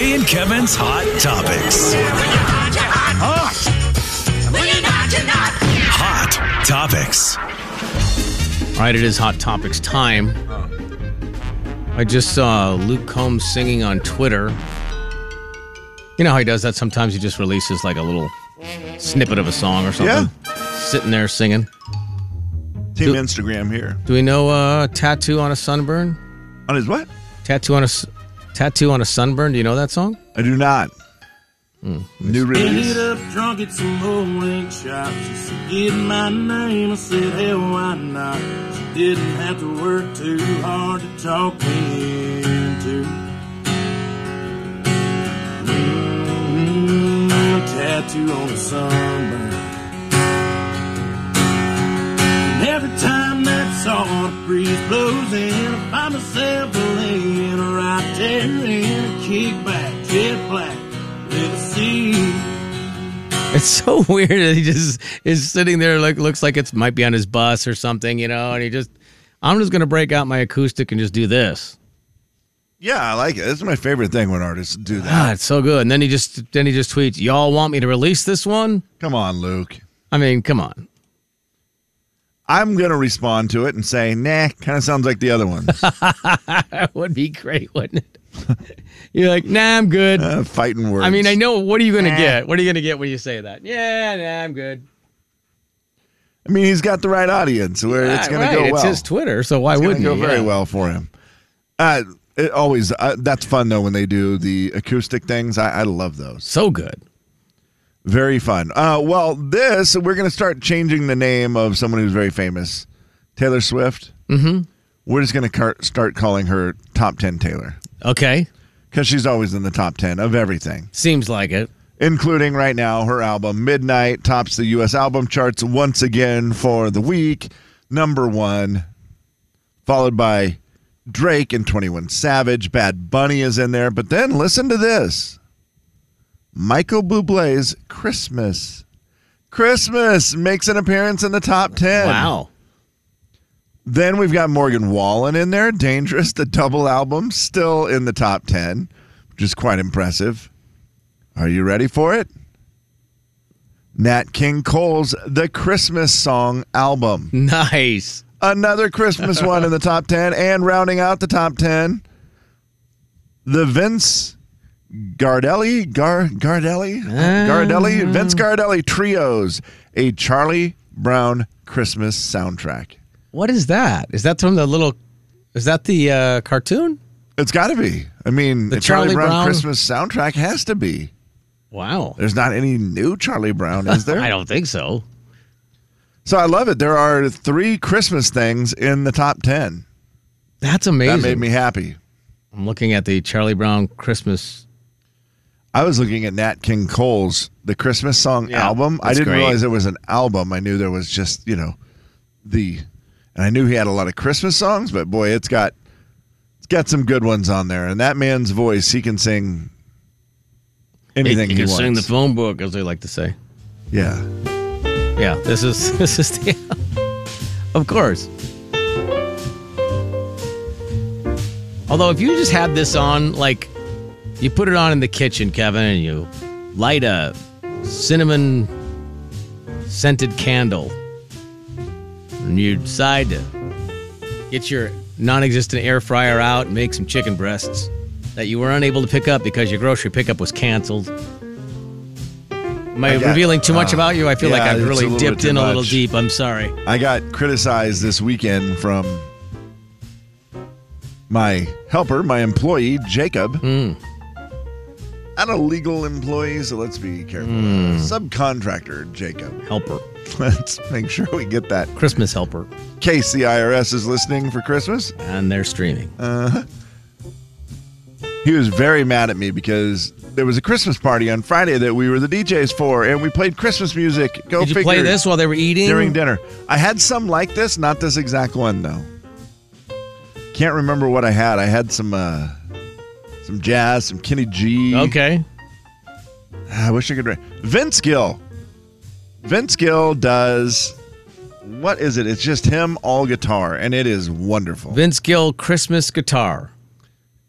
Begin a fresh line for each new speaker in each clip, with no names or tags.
Jody and Kevin's Hot Topics. Hot Topics.
All right, it is Hot Topics time. I just saw Luke Combs singing on Twitter. You know how he does that? Sometimes he just releases like a little snippet of a song or something. Sitting there singing.
Team Instagram here.
Do we know uh, tattoo on a sunburn?
On his what?
Tattoo on a s- tattoo on a sunburn. Do you know that song?
I do not.
Hmm.
New release.
up drunk at some old wing shop. She said, my name. I said, hell, why not? She didn't have to work too hard to talk me into. Mm, a tattoo on the sunburn. And every time that salt breeze blows in, I find myself laying right there in a kickback, jet black, with a sea.
It's so weird that he just is sitting there like looks like it's might be on his bus or something, you know, and he just I'm just gonna break out my acoustic and just do this.
Yeah, I like it. This is my favorite thing when artists do that.
Ah, it's so good. And then he just then he just tweets, Y'all want me to release this one?
Come on, Luke.
I mean, come on.
I'm going to respond to it and say, nah, kind of sounds like the other ones.
That would be great, wouldn't it? You're like, nah, I'm good.
Uh, fighting words.
I mean, I know what are you gonna get? What are you gonna get when you say that? Yeah, nah, I'm good.
I mean, he's got the right audience where it's
Ah,
going
right,
to go well.
It's his Twitter, so why
It's gonna
wouldn't
go
he?
very
Yeah.
well for him. Uh, it always uh, that's fun though when they do the acoustic things. I, I love those.
So good.
Very fun. Uh, well, this we're gonna start changing the name of someone who's very famous, Taylor Swift. Mm-hmm. We're just gonna car- start calling her Top Ten Taylor
Okay.
because she's always in the top ten of everything,
Seems like it.
including right now her album Midnight tops the U.S. album charts once again for the week, number one, followed by Drake and 21 Savage. Bad Bunny is in there. But then listen to this Michael Bublé's Christmas. Christmas makes an appearance in the top 10.
Wow.
Then we've got Morgan Wallen in there. Dangerous, the double album, still in the top 10, which is quite impressive. Are you ready for it? Nat King Cole's The Christmas Song album
Nice.
another Christmas one in the top 10 and rounding out the top 10 the Vince Gardelli Gar Gardelli Gardelli Vince Gardelli trios a Charlie Brown Christmas soundtrack
What is that? Is that from the little? Is that the uh, cartoon?
it's got to be I mean
The
a Charlie,
Charlie
Brown,
Brown-
Christmas soundtrack has to be
Wow.
there's not any new Charlie Brown is there
I don't think so.
so I love it there are 3 Christmas things in the top 10
That's amazing.
that made me happy
I'm looking at the Charlie Brown Christmas.
I was looking at Nat King Cole's the Christmas song
Yeah,
album. I
that's
didn't
great.
realize it was an album. I knew there was just you know the, and I knew he had a lot of Christmas songs, but boy, it's got it's got some good ones on there. And that man's voice, he can sing anything
you
he
can
wants.
sing the phone book, as they like to say.
yeah,
Yeah, this is this is the. of course. Although, if you just had this on, like, you put it on in the kitchen, Kevin, and you light a cinnamon scented candle, and you decide to get your non-existent air fryer out and make some chicken breasts that you were unable to pick up because your grocery pickup was canceled. Am I,
I got-
revealing too much
uh,
about you? I feel like
yeah,
I've
it's a
really
little bit
dipped
too
in a little
much.
deep. I'm sorry.
I got criticized this weekend from my helper, my employee Jacob.
Hmm.
Not a legal employee, so let's be careful.
Hmm.
Uh, Subcontractor Jacob.
Helper.
Let's make sure we get that.
Christmas helper.
Case the IRS is listening for Christmas.
And they're streaming.
He was very mad at me because there was a Christmas party on Friday that we were the DJs for, and we played Christmas music. Go
Did you
figure.
play this while they were eating?
during dinner. I had some like this, not this exact one though. Can't remember what I had. I had some uh some jazz, some Kenny G. Ah,
Okay.
I wish I could. Re- Vince Gill. Vince Gill does. What is it? It's just him all guitar, and it is wonderful.
Vince Gill Christmas guitar.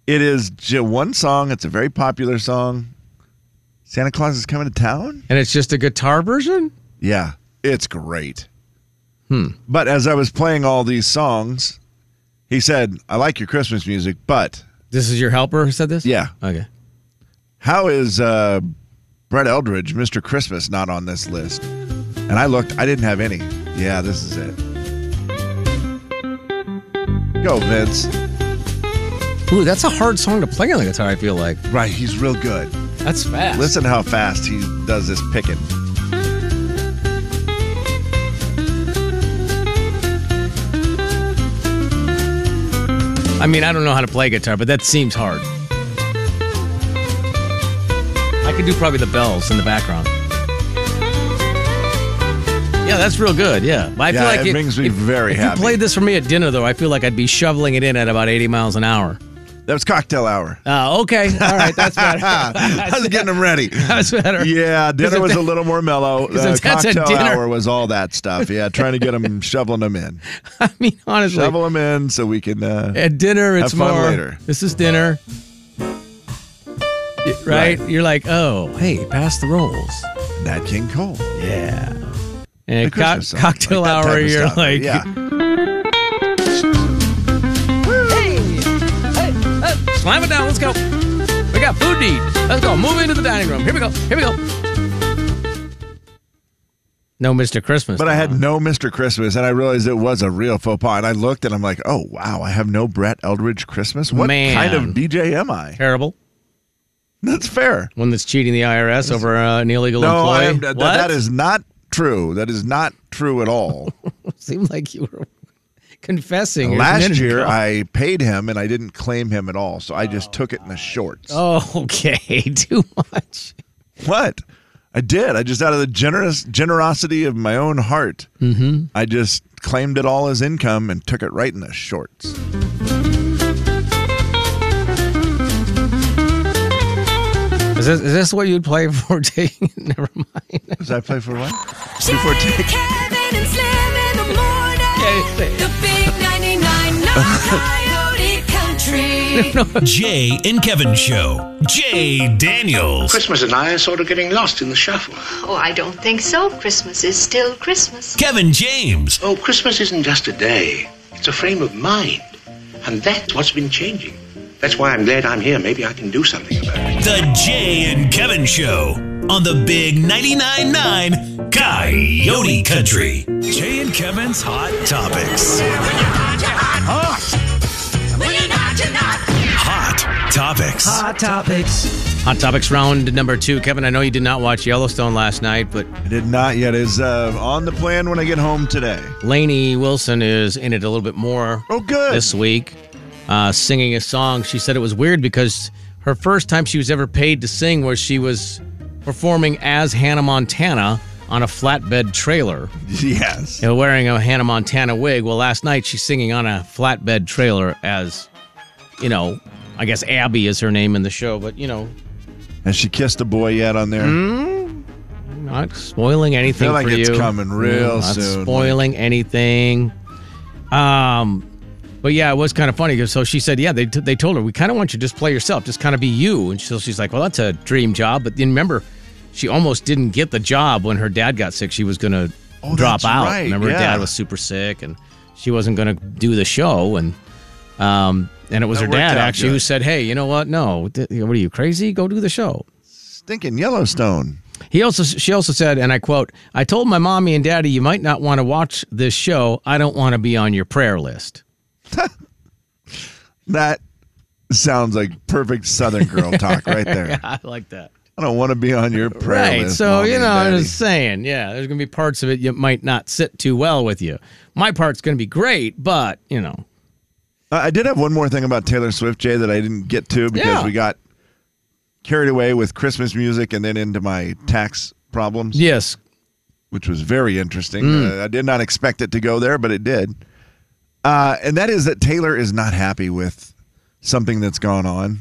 It is j- one song. It's a very popular song. Santa Claus is coming to town.
And it's just a guitar version?
Yeah, it's great. Hmm. But as I was playing all these songs, he said, "I like your Christmas music, but
This is your helper who said this?
yeah,
Okay.
how is uh, Brett Eldridge, Mr. Christmas, not on this list? And I looked, I didn't have any. Yeah, this is it. Go, Vince.
Ooh, that's a hard song to play on the guitar, I feel like.
Right, he's real good.
That's fast.
Listen how fast he does this picking.
I mean, I don't know how to play guitar, but that seems hard. I could do probably the bells in the background. Yeah, that's real good. Yeah, But I
Yeah, it makes me very
if
happy.
you played this for me at dinner, though, I feel like I'd be shoveling it in at about 80 miles an hour.
That was cocktail hour.
Uh, okay, all right, that's better.
I was getting him ready.
that's better.
Yeah, dinner
if
was
that-
a little more mellow.
if
Uh,
that's a
cocktail
dinner-
hour was all that stuff. Yeah, trying to get him shoveling them in,
I mean, honestly,
shovel them in so we can. Uh,
at dinner, it's
Have fun
more.
later.
This is dinner, Y- right?
Right.
You're like, oh, hey, pass the rolls.
Nat King Cole.
Yeah. And
The
co-
Christmas song,
cocktail
like that type
hour,
of
you're
stuff.
like,
yeah,
slam it down, let's go. We got food to eat. Let's go. Move into the dining room. Here we go. Here we go. No, Mr. Christmas.
but I had no Mr. Christmas, and I realized it was a real faux pas. And I looked, and I'm like, oh wow, I have no Brett Eldridge Christmas. What
Man.
kind of DJ am I?
terrible
That's fair.
one that's cheating the IRS over uh, an illegal
No,
employee.
I am, that,
what?
that is not true. That is not true at all.
seemed like you were confessing.
Last
Isn't it?
year, I paid him, and I didn't claim him at all, so I just took it in the shorts.
Oh, okay. Too much.
What? I did. I just out of the generous generosity of my own heart, mm-hmm. I just claimed it all as income and took it right in the shorts.
Is this, is this what you'd play for taking? Never mind.
Does that play for what?
Before take. Kevin and Slim in the morning.
Yeah, say it.
The big 99.9 Coyote Country.
Jay and Kevin Show. Jay Daniels.
Christmas and I are sort of getting lost in the shuffle.
Oh, I don't think so. Christmas is still Christmas.
Kevin James.
Oh, Christmas isn't just a day, it's a frame of mind. And that's what's been changing. That's why I'm glad I'm here. Maybe I can do something about it.
The Jay and Kevin Show on the Big 99.9 9 Coyote Country. Jay and Kevin's Hot Topics. Hot Topics.
Hot topics round number two. Kevin, I know you did not watch Yellowstone last night, but
I did not yet. Is uh, on the plan when I get home today.
Lainey Wilson is in it a little bit more
Oh, good.
this week, uh, singing a song. She said it was weird because her first time she was ever paid to sing was she was performing as Hannah Montana on a flatbed trailer,
yes.
you know, wearing a Hannah Montana wig. Well, last night she's singing on a flatbed trailer as, you know, I guess Abby is her name in the show, but you know,
Has she kissed a boy yet on there?
Hmm? not spoiling anything
like
for
it's
you. Mm,
coming real
not
soon.
Spoiling anything. Um, but yeah, it was kind of funny. 'cause So she said, yeah, they, t- they told her we kind of want you to just play yourself, just kind of be you. And so she's like, well, that's a dream job. But then remember, she almost didn't get the job when her dad got sick. She was gonna
Oh,
drop
that's
out.
right,
Remember, her
yeah.
dad was super sick, and she wasn't gonna do the show. And um, and it was
That
her
worked
dad
out
actually who
good.
said, hey, you know what? No, th- what are you crazy? Go do the show.
Stinking Yellowstone.
He also she also said, and I quote, "I told my mommy and daddy you might not want to watch this show. I don't want to be on your prayer list."
That sounds like perfect Southern girl talk right there.
I like that.
I don't want to be on your prayer
Right.
list,
So,
Mommy
you
and
know, I'm
Daddy.
just saying, yeah, there's going to be parts of it you might not sit too well with you. My part's going to be great, but, you know,
Uh, I I did have one more thing about Taylor Swift, Jay, that I didn't get to because
Yeah.
we got carried away with Christmas music and then into my tax problems,
yes.
which was very interesting. Uh, I did not expect it to go there, but it did. Uh, and that is that Taylor is not happy with something that's gone on.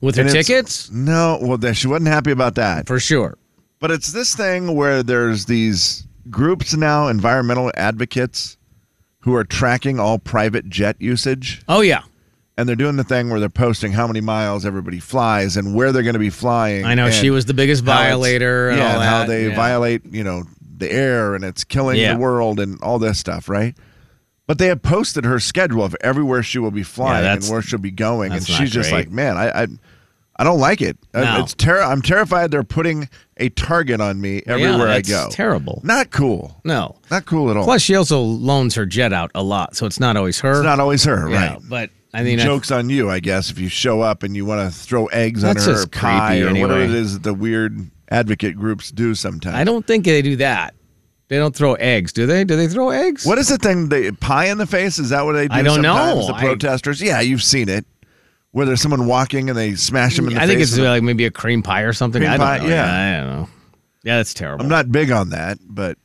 With her
And it's-
tickets?
No, well, that- she wasn't happy about that.
For sure.
But it's this thing where there's these groups now, environmental advocates, who are tracking all private jet usage.
Oh, yeah.
and they're doing the thing where they're posting how many miles everybody flies and where they're going to be flying.
I know,
and
she was the biggest
how it's-
violator and
yeah,
all
and how
that,
they
yeah.
violate, you know, the air and it's killing
Yeah.
the world and all this stuff, right? But they have posted her schedule of everywhere she will be flying and
that's-
where she'll be going, and
that's not
she's just
great.
like, man, I. I I don't like it. I-
No.
It's ter- I'm terrified they're putting a target on me everywhere
yeah,
I
that's
go.
Terrible.
Not cool.
No.
Not cool at all.
Plus, she also loans her jet out a lot, so it's not always her.
it's not always her,
Yeah,
right?
But I mean, I-
Jokes on you, I guess, if you show up and you want to throw eggs
That's
on her or
just
pie
creepy
or whatever it
anyway.
is that the weird advocate groups do sometimes.
I don't think they do that. They don't throw eggs, do they? Do they throw eggs?
What is the thing? They pie in the face? Is that what they do?
I don't know.
sometimes, The
I-
protesters. yeah, you've seen it, where there's someone walking and they smash them in the
I
face.
think it's uh,
with a-
like maybe a cream pie or something.
Cream
I don't
pie,
know.
yeah.
I don't know. Yeah, that's terrible.
I'm not big on that, but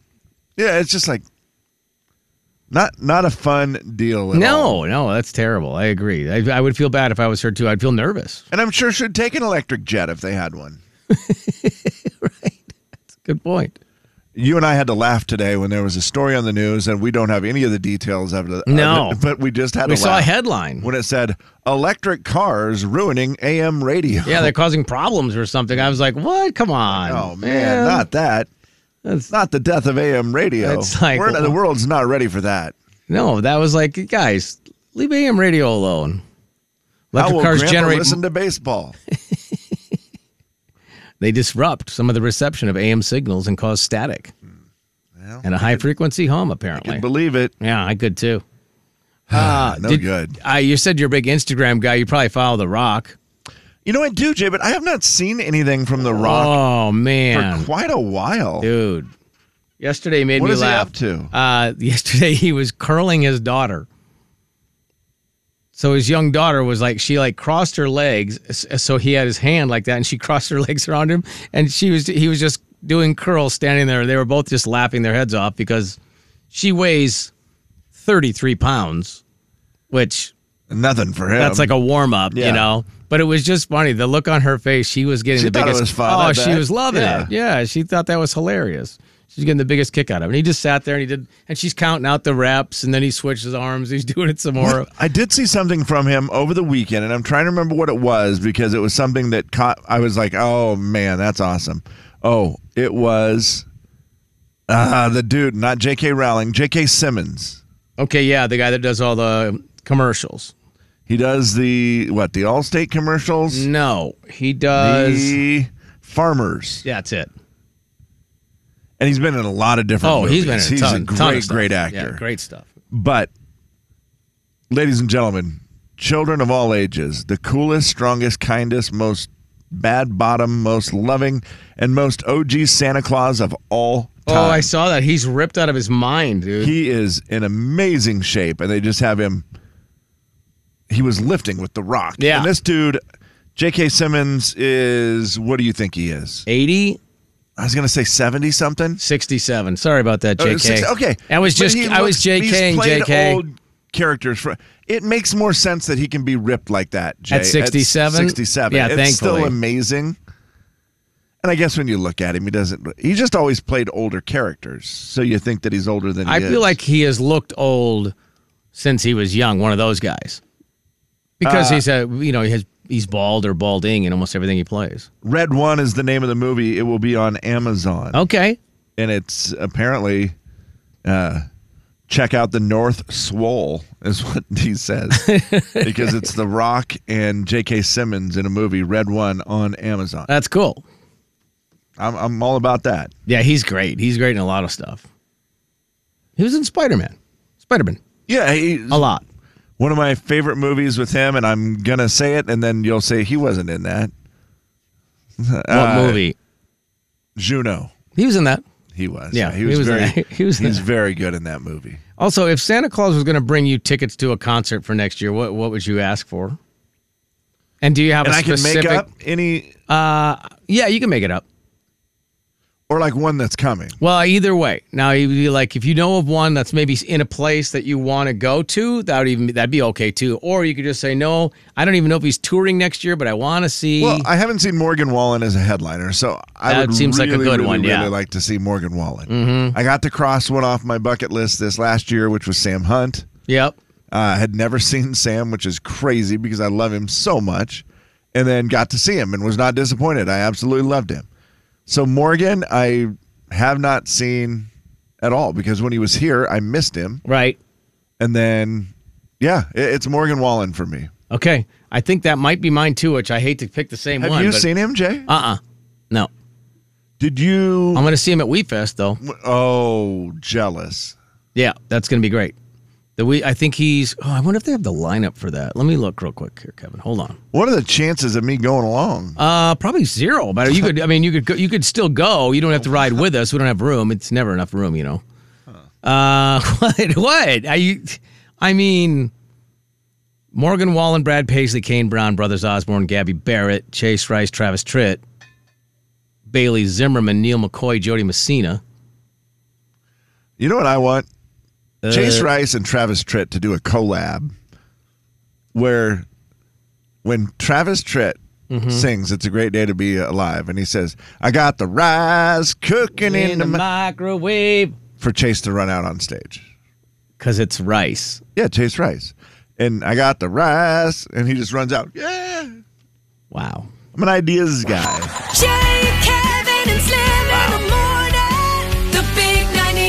yeah, it's just like not not a fun deal. at all.
No, no, that's terrible. I agree. I, I would feel bad if I was her too. I'd feel nervous.
and I'm sure she'd take an electric jet if they had one.
Good point.
you and I had to laugh today when there was a story on the news, and we don't have any of the details of it. of
No.
it, but we just had
We
to
saw a
laugh
headline.
when it said electric cars ruining AM radio.
Yeah, they're causing problems or something. I was like, what? Come on.
oh man, not that.
That's-
It's not the death of AM radio.
It's like-
We're not- the world's not ready for that.
No, that was like, guys, leave AM radio alone.
How
Electric
will
cars
Grandpa
generate,
listen to baseball?
they disrupt some of the reception of AM signals and cause static
Well,
and a high frequency hum,
I
apparently.
can believe it.
yeah, I could too. Uh,
Ah, no good.
Uh, you said you're a big Instagram guy. You probably follow The Rock.
You know I do, Jay, but I have not seen anything from The Rock
Oh, man.
for quite a while.
Dude, yesterday made
What
me
is he
laugh.
up to?
Uh, yesterday he was curling his daughter. So his young daughter was like she like crossed her legs, s- uh, so he had his hand like that, and she crossed her legs around him, and she was he was just doing curls standing there. They were both just laughing their heads off because she weighs thirty three pounds, which
Nothing for him.
that's like a warm up,
Um, Yeah.
you know. But it was just funny. The look on her face, she was getting
She
the
thought it
biggest.
was fun, I
oh, she
bet.
was loving
Yeah.
it. Yeah, she thought that was hilarious. She's getting the biggest kick out of it. And he just sat there and he did, and she's counting out the reps, and then he switched his arms. He's doing it some more.
What- I did see something from him over the weekend, and I'm trying to remember what it was because it was something that caught. I was like, "Oh man, that's awesome!" Oh, it was uh, the dude, not J.K. Rowling, J.K. Simmons.
Okay, yeah, the guy that does all the commercials.
He does the what? The Allstate commercials,
No, he does.
the farmers,
That's it.
and he's been in a lot of different.
Oh,
movies.
he's been in a
he's
ton,
a great,
ton of stuff.
great
Yeah,
actor.
great stuff.
But, ladies and gentlemen, children of all ages, the coolest, strongest, kindest, most bad bottom, most loving, and most OG Santa Claus of all time.
Oh, I saw that. He's ripped out of his mind, dude.
He is in amazing shape, and they just have him. He was lifting with the rock.
Yeah.
And this dude, J.K. Simmons, is what do you think he is?
80,
I was going to say 70 something.
67. Sorry about that,
Uh,
JK.
six- okay,
I was
But
just,
he
I was
looks- he's
JKing
played
JK.
Old characters for it makes more sense that he can be ripped like that. Jay,
At 67?
sixty-seven.
Yeah,
it's still
thankfully.
amazing. And I guess when you look at him, he doesn't. He just always played older characters, so you think that he's older than. He
I
is.
feel like he has looked old since he was young, one of those guys. Because
Uh,
he's a, you know, he has, he's bald or balding in almost everything he plays.
Red One is the name of the movie. It will be on Amazon,
Okay.
and it's apparently. Uh, check out the North Swole is what he says because it's The Rock and J.K. Simmons in a movie Red One on Amazon.
That's cool.
I'm, I'm all about that.
Yeah, he's great. He's great in a lot of stuff. He was in Spider Man. Spider Man.
Yeah, he,
A lot.
one of my favorite movies with him, and I'm gonna say it, and then you'll say he wasn't in that.
What
Uh,
movie?
Juno,
He was in that.
he was.
Yeah,
he was,
he was in
very.
that. He was in
he's
that.
very good in that movie.
Also, if Santa Claus was going to bring you tickets to a concert for next year, what, what would you ask for? And do you have
And
a
I can
specific?
make up any,
Yeah, you can make it up.
or like one that's coming.
Well, either way. Now you'd be like, if you know of one that's maybe in a place that you want to go to, that would even that'd be okay too. Or you could just say, no, I don't even know if he's touring next year, but I want to see.
Well, I haven't seen Morgan Wallen as a headliner, so
E.
I
That
would
seems like
really,
a good
really,
one, yeah. Mm-hmm.
really like to see Morgan Wallen. I got to cross one off my bucket list this last year, which was Sam Hunt.
yep.
Uh, had never seen Sam, which is crazy because I love him so much. And then got to see him and was not disappointed. I absolutely loved him. So Morgan, I have not seen at all because when he was here, I missed him.
Right.
And then, yeah, it- it's Morgan Wallen for me.
Okay. I think that might be mine too, which I hate to pick the same
Have
one.
you
but-
seen him, Jay?
Uh-uh. No.
Did you?
I'm going to see him at WeFest though.
oh, jealous.
Yeah, that's going to be great. The we I think he's Oh, I wonder if they have the lineup for that. Let me look real quick here, Kevin. Hold on.
What are the chances of me going along?
Uh, probably zero. But you could, I mean, you could, go, you could still go. You don't have to ride with us. We don't have room. It's never enough room, you know. Uh, what? What? Are you? I mean, Morgan Wallen, Brad Paisley, Kane Brown, Brothers Osborne, Gabby Barrett, Chase Rice, Travis Tritt, Bailey Zimmerman, Neil McCoy, Jody Messina.
You know what I want?
Uh,
Chase Rice and Travis Tritt to do a collab where when Travis Tritt
Mm-hmm.
sings It's a Great Day to Be Alive and he says, I got the rice cooking in,
in
the,
the
mi-"
microwave
for Chase to run out on stage.
because it's rice.
Yeah, Chase Rice. And I got the rice and he just runs out. Yeah.
Wow.
I'm an ideas guy.
Jay, Kevin, and Slim in the morning. The big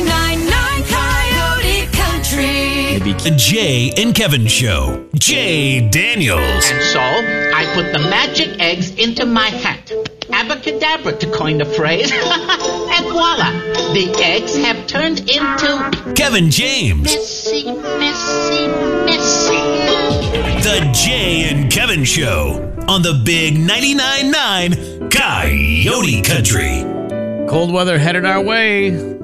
99.9 Coyote Country.
Maybe
The Jay and Kevin Show. Jay Daniels.
And so I put the magic eggs into my hat. Abacadabra, to coin the phrase. and voila! The eggs have turned into
Kevin James.
messy, messy, messy.
The Jay and Kevin Show on the Big 99.9 9 Coyote Country.
Cold weather headed our way.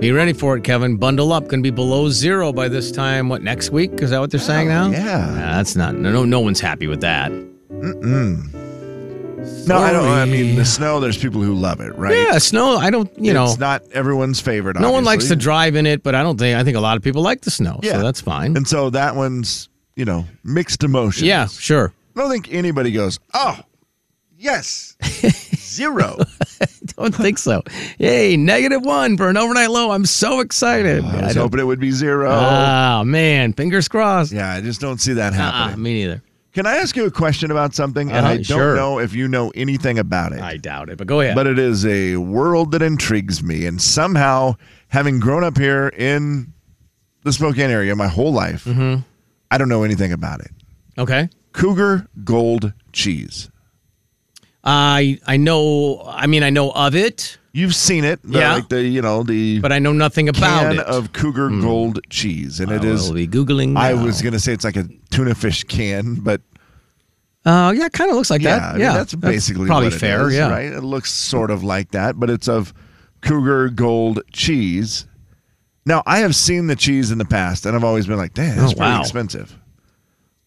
Be ready for it, Kevin. Bundle up. Going to be below zero by this time. What next week? Is that what they're saying now?
Oh, yeah.
Nah, that's not. No, no, no one's happy with that.
No, I don't. I mean, the
Sorry.
snow, there's people who love it, right?
yeah, snow. I don't. You know,
it's not everyone's favorite.
no one likes
obviously.
to drive in it, but I don't think. I think a lot of people like the snow,
Yeah.
so that's fine.
And so that one's, you know, mixed emotions.
Yeah, sure.
I don't think anybody goes, oh, yes, zero.
Don't think so. Yay, negative one for an overnight low. I'm so excited.
Oh, I
I
was
don't-
hoping it would be zero.
oh man, fingers crossed.
yeah, I just don't see that
Uh-uh,
happening.
me neither.
Can I ask you a question about something? and
Uh-huh,
I don't
sure.
know if you know anything about it.
I doubt it, but go ahead.
But it is a world that intrigues me. And somehow, having grown up here in the Spokane area my whole life,
Mm-hmm.
I don't know anything about it.
okay.
Cougar Gold Cheese.
I I know. I mean, I know of it,
You've seen it, the,
Yeah.
like the you know the
but I know nothing about
can
it.
of Cougar Gold cheese, and it is.
We'll Hmm. be googling.
I
now.
was gonna say it's like a tuna fish can, but
Uh, yeah, kind of looks like
yeah, I
that.
mean,
Yeah,
that's basically
probably
what it
fair.
is,
yeah,
right. It looks sort of like that, but it's of Cougar Gold cheese. Now I have seen the cheese in the past, and I've always been like, "Damn, that's
Oh,
pretty
wow.
expensive."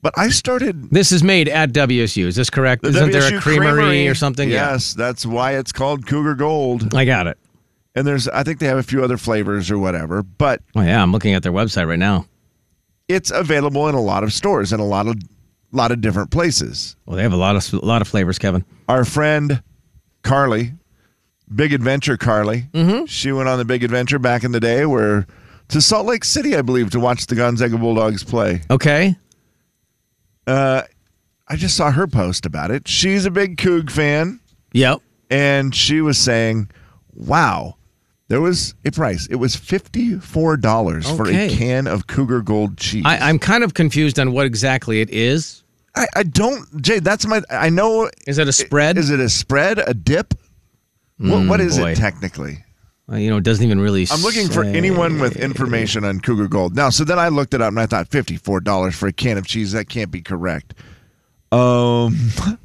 But I started
This is made at WSU. Is this correct?
the
Isn't there
WSU
a creamery, or something?
Yes, that's why it's called Cougar Gold.
Yeah, I got it.
And there's, I think they have a few other flavors or whatever, but
Oh yeah, I'm looking at their website right now.
it's available in a lot of stores and a lot of lot of different places.
Well, they have a lot of a lot of flavors, Kevin.
Our friend Carly, Big Adventure Carly,
Mm-hmm.
she went on the Big Adventure back in the day, where to Salt Lake City, I believe, to watch the Gonzaga Bulldogs play.
Okay,
I just saw her post about it. She's a big Coug fan,
yep.
and she was saying, "Wow." There was a price. It was fifty-four dollars for a
Okay.
can of Cougar Gold cheese.
I, I'm kind of confused on what exactly it is.
I, I don't, Jay. That's my. I know
Is it a spread? Mm,
Is it a spread? A dip? what, what is
boy.
it technically?
Well, Uh, you know, it doesn't even really.
I'm looking for
say.
anyone with information on Cougar Gold. Now, so then I looked it up and I thought fifty-four dollars for a can of cheese. That can't be correct. Um,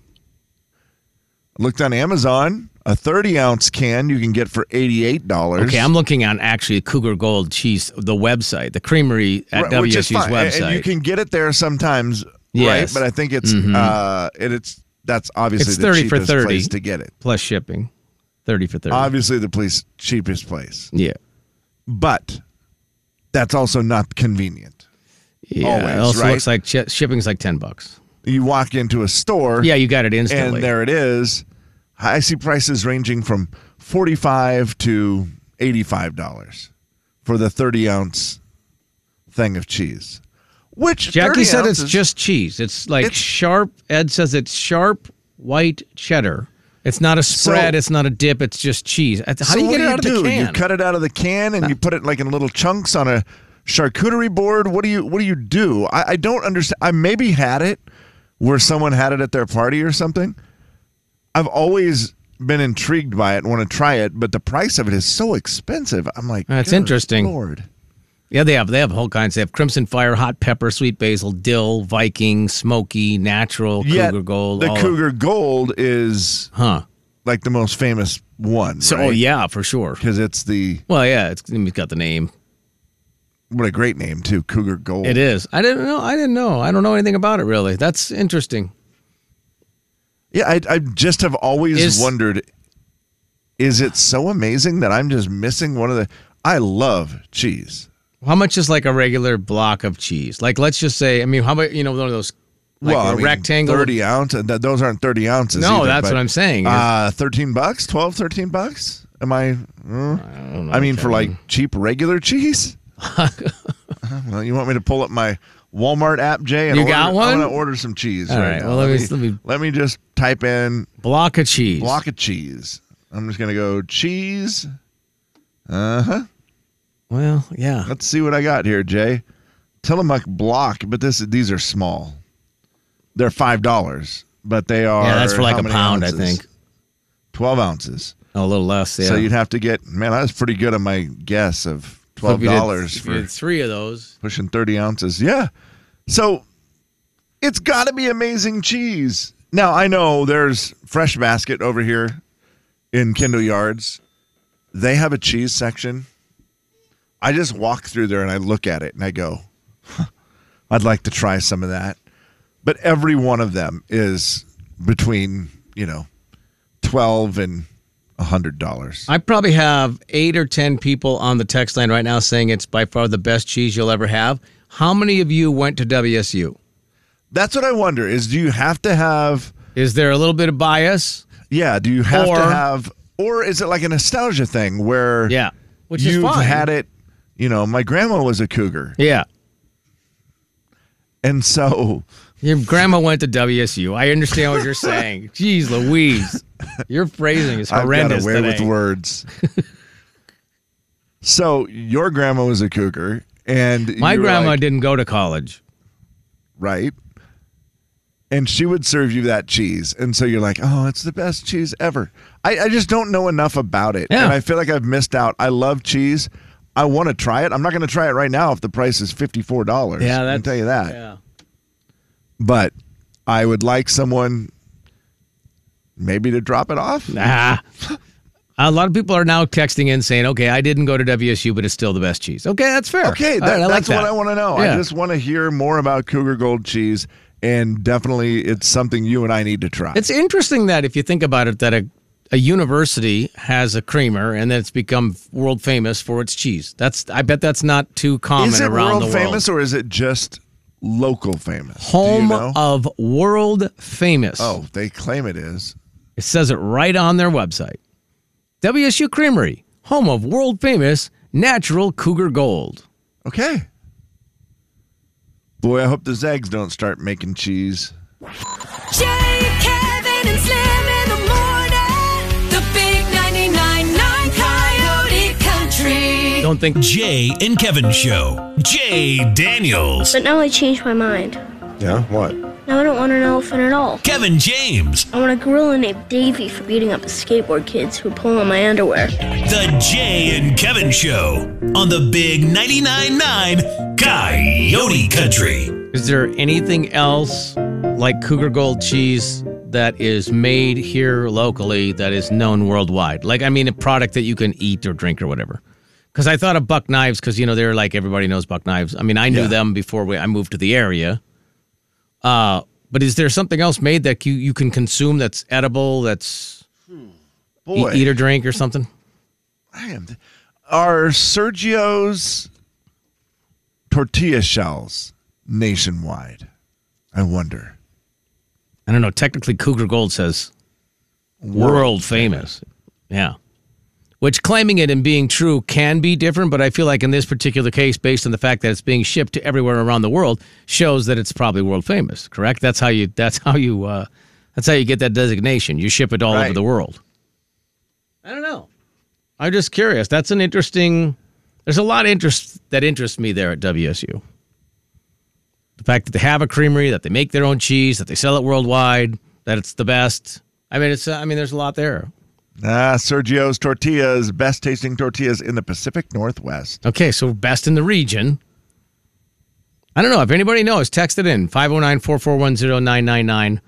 looked on Amazon. A 30 ounce can you can get for $88.
Okay, I'm looking on actually Cougar Gold Cheese, the website, the creamery at
Right, which is
WSU's
fine. And-
website.
And you can get it there sometimes,
Yes. Mm-hmm.
right? But I think it's uh, and it's that's obviously
It's
the
30 for
cheapest
30.
place to get it.
plus shipping, thirty for thirty.
Obviously, the place cheapest place.
yeah,
but that's also not convenient.
yeah.
Always,
it also
right?
looks like ch- shipping's like ten bucks.
You walk into a store,
Yeah, you got it
and
instantly.
there it is. I see prices ranging from forty-five to eighty-five dollars for the thirty-ounce thing of cheese. Which
Jackie
30
said it's
ounces-
just cheese. It's like
It's-
sharp. Ed says it's sharp white cheddar. It's not a spread. it's not a dip. It's just cheese. That's- How
So
do you
what
get it out
do?
of the can?
You cut it out of the can and you put it like in little chunks on a charcuterie board. What do you What do you do? I, I don't understand. I maybe had it where someone had it at their party or something. I've always been intrigued by it, want to try it, but the price of it is so expensive. I'm like,
That's
"Good
interesting."
Lord,
yeah, they have. They have all kinds. They have crimson fire, hot pepper, sweet basil, dill, Viking, smoky, natural,
Yet
cougar gold.
The
all of-
Cougar Gold is
huh?
like the most famous one.
So, oh yeah, for sure.
because it's the
Well, yeah, it's, it's got the name.
what a great name too, Cougar Gold.
It is. I didn't know. I didn't know. I don't know anything about it really. That's interesting.
Yeah, I, I just have always
Is-
wondered is it so amazing that I'm just missing one of the. I love cheese.
How much is like a regular block of cheese? Like, let's just say, I mean, how about you know one of those like
well,
a
I mean,
rectangle?
30 ounce. and th- Those aren't 30 ounces.
No,
either,
that's
but,
what I'm saying.
Uh, 13 bucks, 12, 13 bucks? Am I. mm? I mean, for like cheap regular cheese? Uh, well, you want me to pull up my Walmart app, Jay? And
You
order,
got
I'm
one?
going to order some cheese
All
right,
right,
now.
well, let me- let me-
let me just type in
block of cheese.
block of cheese. I'm just going to go cheese.
Well, yeah.
Let's see what I got here, Jay. Tillamook block, but this these are small. They're five dollars, but they are
Yeah, that's for like
how
a
many
pound, I
ounces?
think.
Twelve ounces.
A little less. Yeah.
So you'd have to get man. I was pretty good on my guess of
But if
twelve
you did-
dollars
if
for
you did three of those.
pushing thirty ounces. Yeah. So it's got to be amazing cheese. Now I know there's Fresh Basket over here in Kendall Yards. They have a cheese section. I just walk through there and I look at it and I go, "Huh, I'd like to try some of that. But every one of them is between, you know, 12 and $100.
I probably have eight or ten people on the text line right now saying it's by far the best cheese you'll ever have. How many of you went to WSU?
That's what I wonder is do you have to have
Is there a little bit of bias?
Yeah. Do you have
Or-
to have, or is it like a nostalgia thing where
Yeah, which
you've
is fine.
had it? You know, my grandma was a cougar,
Yeah.
and so
Your grandma went to WSU. I understand what you're saying. Jeez Louise. Your phrasing is horrendous.
I've got away
today.
with words. so your grandma was a cougar, and
My
you were
grandma
like,
didn't go to college.
right, and she would serve you that cheese, and so you're like, oh, it's the best cheese ever. I, I just don't know enough about it,
Yeah.
and I feel like I've missed out. I love cheese. I want to try it. I'm not going to try it right now if the price is fifty four dollars.
Yeah,
I
that's,
can tell you that.
Yeah.
but I would like someone maybe to drop it off.
Nah. Ah. A lot of people are now texting in saying, "Okay, I didn't go to WSU, but it's still the best cheese." Okay, that's fair.
Okay,
All
that-
right, I like
that's what
that.
I want to know. I
Yeah.
just want to hear more about Cougar Gold cheese, and definitely it's something you and I need to try.
It's interesting that if you think about it, that a a university has a creamer and then it's become world famous for its cheese. That's I bet that's not too common
is it
around
world
the world.
famous or is it just local famous? Do you
Home
know?
of world famous.
oh, they claim it is.
It says it right on their website. WSU Creamery, home of world famous natural cougar gold.
Okay. Boy, I hope the Zags don't start making cheese.
Jay, Kevin, and Slim in the morning. The big 99.9 Coyote Country.
Don't think
Jay and Kevin Show. Jay Daniels.
But now I changed my mind.
Yeah, what?
Now I don't want an elephant at all.
Kevin James.
I want a gorilla named Davy for beating up the skateboard kids who pull on my underwear.
The Jay and Kevin Show on the Big 99.9 Coyote Country.
Is there anything else like Cougar Gold cheese that is made here locally that is known worldwide? Like, I mean, a product that you can eat or drink or whatever. Because I thought of Buck Knives because you know they're like everybody knows Buck Knives. I mean, I knew
Yeah.
them before we, I moved to the area. Uh, but is there something else made that you you can consume that's edible that's e-
Boy,
eat or drink or something?
I am. Are Sergio's tortilla shells nationwide? I wonder.
I don't know. Technically, Cougar Gold says world, famous. Yeah. which claiming it and being true can be different, but I feel like in this particular case, based on the fact that it's being shipped to everywhere around the world, shows that it's probably world famous. Correct? That's how you. That's how you. Uh, that's how you get that designation. You ship it all over
Right.
the world. I don't know. I'm just curious. That's an interesting. There's a lot of interest that interests me there at WSU. The fact that they have a creamery, that they make their own cheese, that they sell it worldwide, that it's the best. I mean, it's. I mean, there's a lot there.
Ah, Sergio's tortillas, best tasting tortillas in the Pacific Northwest.
Okay, so best in the region. I don't know. If anybody knows, text it in 509 441 999.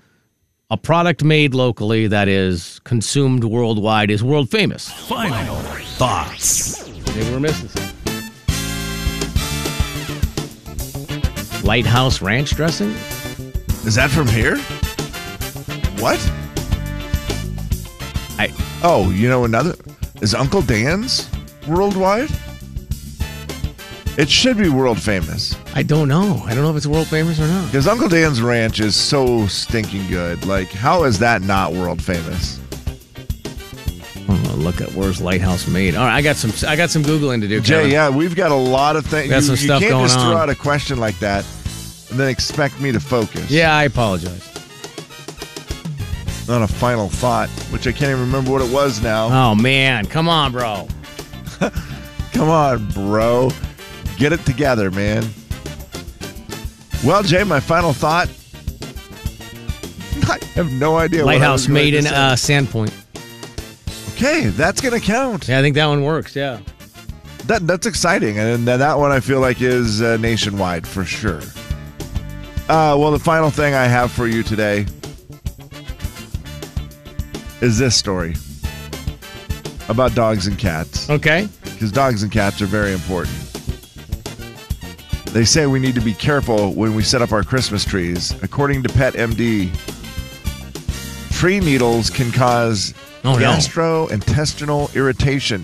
A product made locally that is consumed worldwide is world famous.
Final thoughts.
Maybe we're missing something. Lighthouse ranch dressing?
Is that from here? What?
I-
Oh, you know another is Uncle Dan's worldwide. It should be world famous
I don't know. I don't know if it's world famous or not.
because Uncle Dan's ranch is so stinking good. Like, how is that not world famous?
I'm gonna look at where's Lighthouse made. All right, I got some. I got some googling to do.
Jay,
Kevin.
yeah, we've got a lot of things.
Got some
you,
stuff
you can't
going
just throw
on.
out a question like that and then expect me to focus.
Yeah, I apologize.
On a final thought, which I can't even remember what it was now.
Oh man, come on, bro.
Come on, bro. Get it together, man. Well, Jay, my final thought. I have no idea. what I
Lighthouse
was going
made
to
in
say.
uh, Sandpoint.
Okay, that's gonna count.
Yeah, I think that one works. Yeah.
That that's exciting, and th- that one I feel like is uh, nationwide for sure. Uh, well, the final thing I have for you today is this story about dogs and cats.
Okay.
because dogs and cats are very important. They say we need to be careful when we set up our Christmas trees. According to Pet MD, tree needles can cause
Oh, no. Oh.
gastrointestinal irritation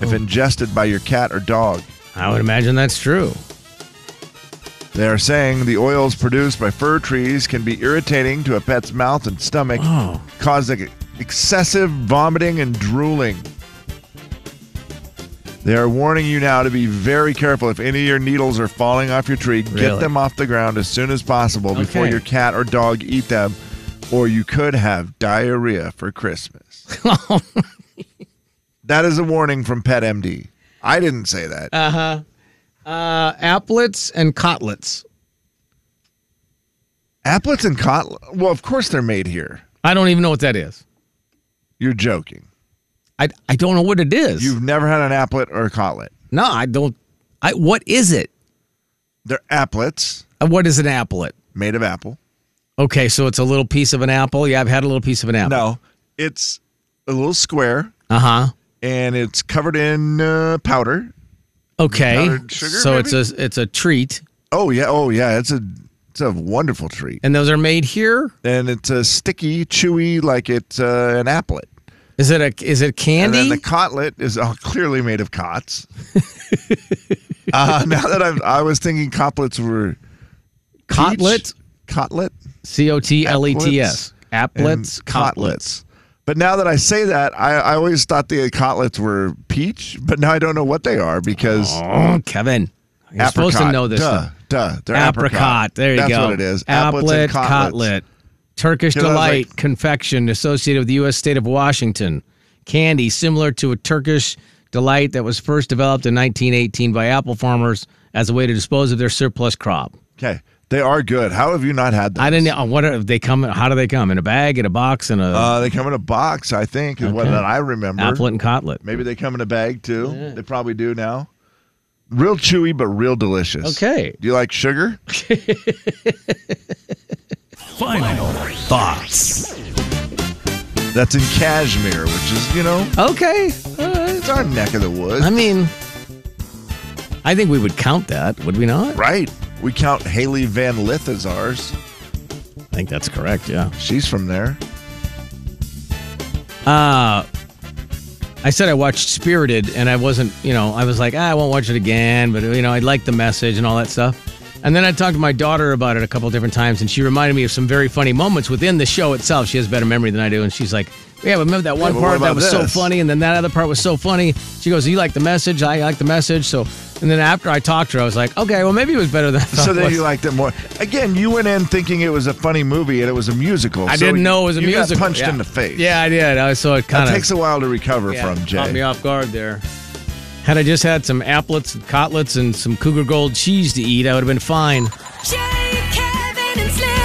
if ingested by your cat or dog.
I would imagine that's true.
They are saying the oils produced by fir trees can be irritating to a pet's mouth and stomach,
Oh.
causing excessive vomiting and drooling. They are warning you now to be very careful. If any of your needles are falling off your tree, get
Really?
them off the ground as soon as possible before
Okay.
your cat or dog eat them, or you could have diarrhea for Christmas.
Oh,
that is a warning from Pet MD. I didn't say that.
Uh, applets and cotlets.
Applets and cotton. Well, of course they're made here.
I don't even know what that is.
You're joking.
I, I don't know what it is.
You've never had an applet or a cotlet.
no, I don't. I what is it?
They're applets
Uh, What is an applet?
made of apple.
Okay, so it's a little piece of an apple. Yeah, I've had a little piece of an apple.
No, it's a little square
Uh huh.
and it's covered in uh, powder.
Okay.
Powdered sugar,
So
maybe?
it's a it's a treat,
Oh yeah, oh yeah, it's a it's a wonderful treat.
and those are made here.
And it's a sticky, chewy like it's uh, an applet.
Is it a is it
And
candy?
then the cotlet is all clearly made of cots. uh, now that I'm, I was thinking cotlets were peach-
Cotlet?
cotlet,
C o t l e t s.
and
Applets, cotlets.
But now that I say that, I, I always thought the cotlets were peach, but now I don't know what they are because
Oh, Kevin, you're
apricot.
supposed to know this.
Duh,
stuff.
duh, they're apricot.
apricot. There you
That's
go.
what it is. Applets
Applet
and cotlets.
cotlet. Turkish
You know, I was
delight
like-
confection associated with the U.S. state of Washington. Candy similar to a Turkish delight that was first developed in 1918 by apple farmers as a way to dispose of their surplus crop.
Okay, they are good. How have you not had them?
I didn't know what are they come. How do they come in a bag, in a box, in a
Uh, they come in a box, I think, is what
Okay.
that I remember.
applet and cotlet?
Maybe they come in a bag too. They probably do now. Real chewy, but real delicious.
Okay.
Do you like sugar?
Final thoughts.
That's in Kashmir, which is, you know,
Okay, all right.
it's our neck of the woods.
I mean, I think we would count that, would we not?
right. We count Haley Van Lith as ours.
I think that's correct. Yeah.
She's from there.
Uh I said I watched Spirited and I wasn't, you know, I was like, ah, I won't watch it again, but you know, I liked the message and all that stuff. And And then I talked to my daughter about it a couple different times, and she reminded me of some very funny moments within the show itself. She has better memory than I do, and she's like, "Yeah, but remember that one
but what
part that
about
was so
this?"
funny, and then that other part was so funny." She goes, "You like the message? I like the message." So, and then after I talked to her, I was like, "Okay, well maybe it was better than." I thought
So
it
then
was."
you liked it more. Again, you went in thinking it was a funny movie and it was a musical.
I
so
didn't know it was a
you
musical.
got punched
yeah.
in the face.
Yeah, I did. I so it
That
kind of
takes a while to recover from,
Caught me
Jay.
off guard there. Had I just had some applets and cotlets and some Cougar Gold cheese to eat, I would have been fine.
Jay, Kevin, and Slim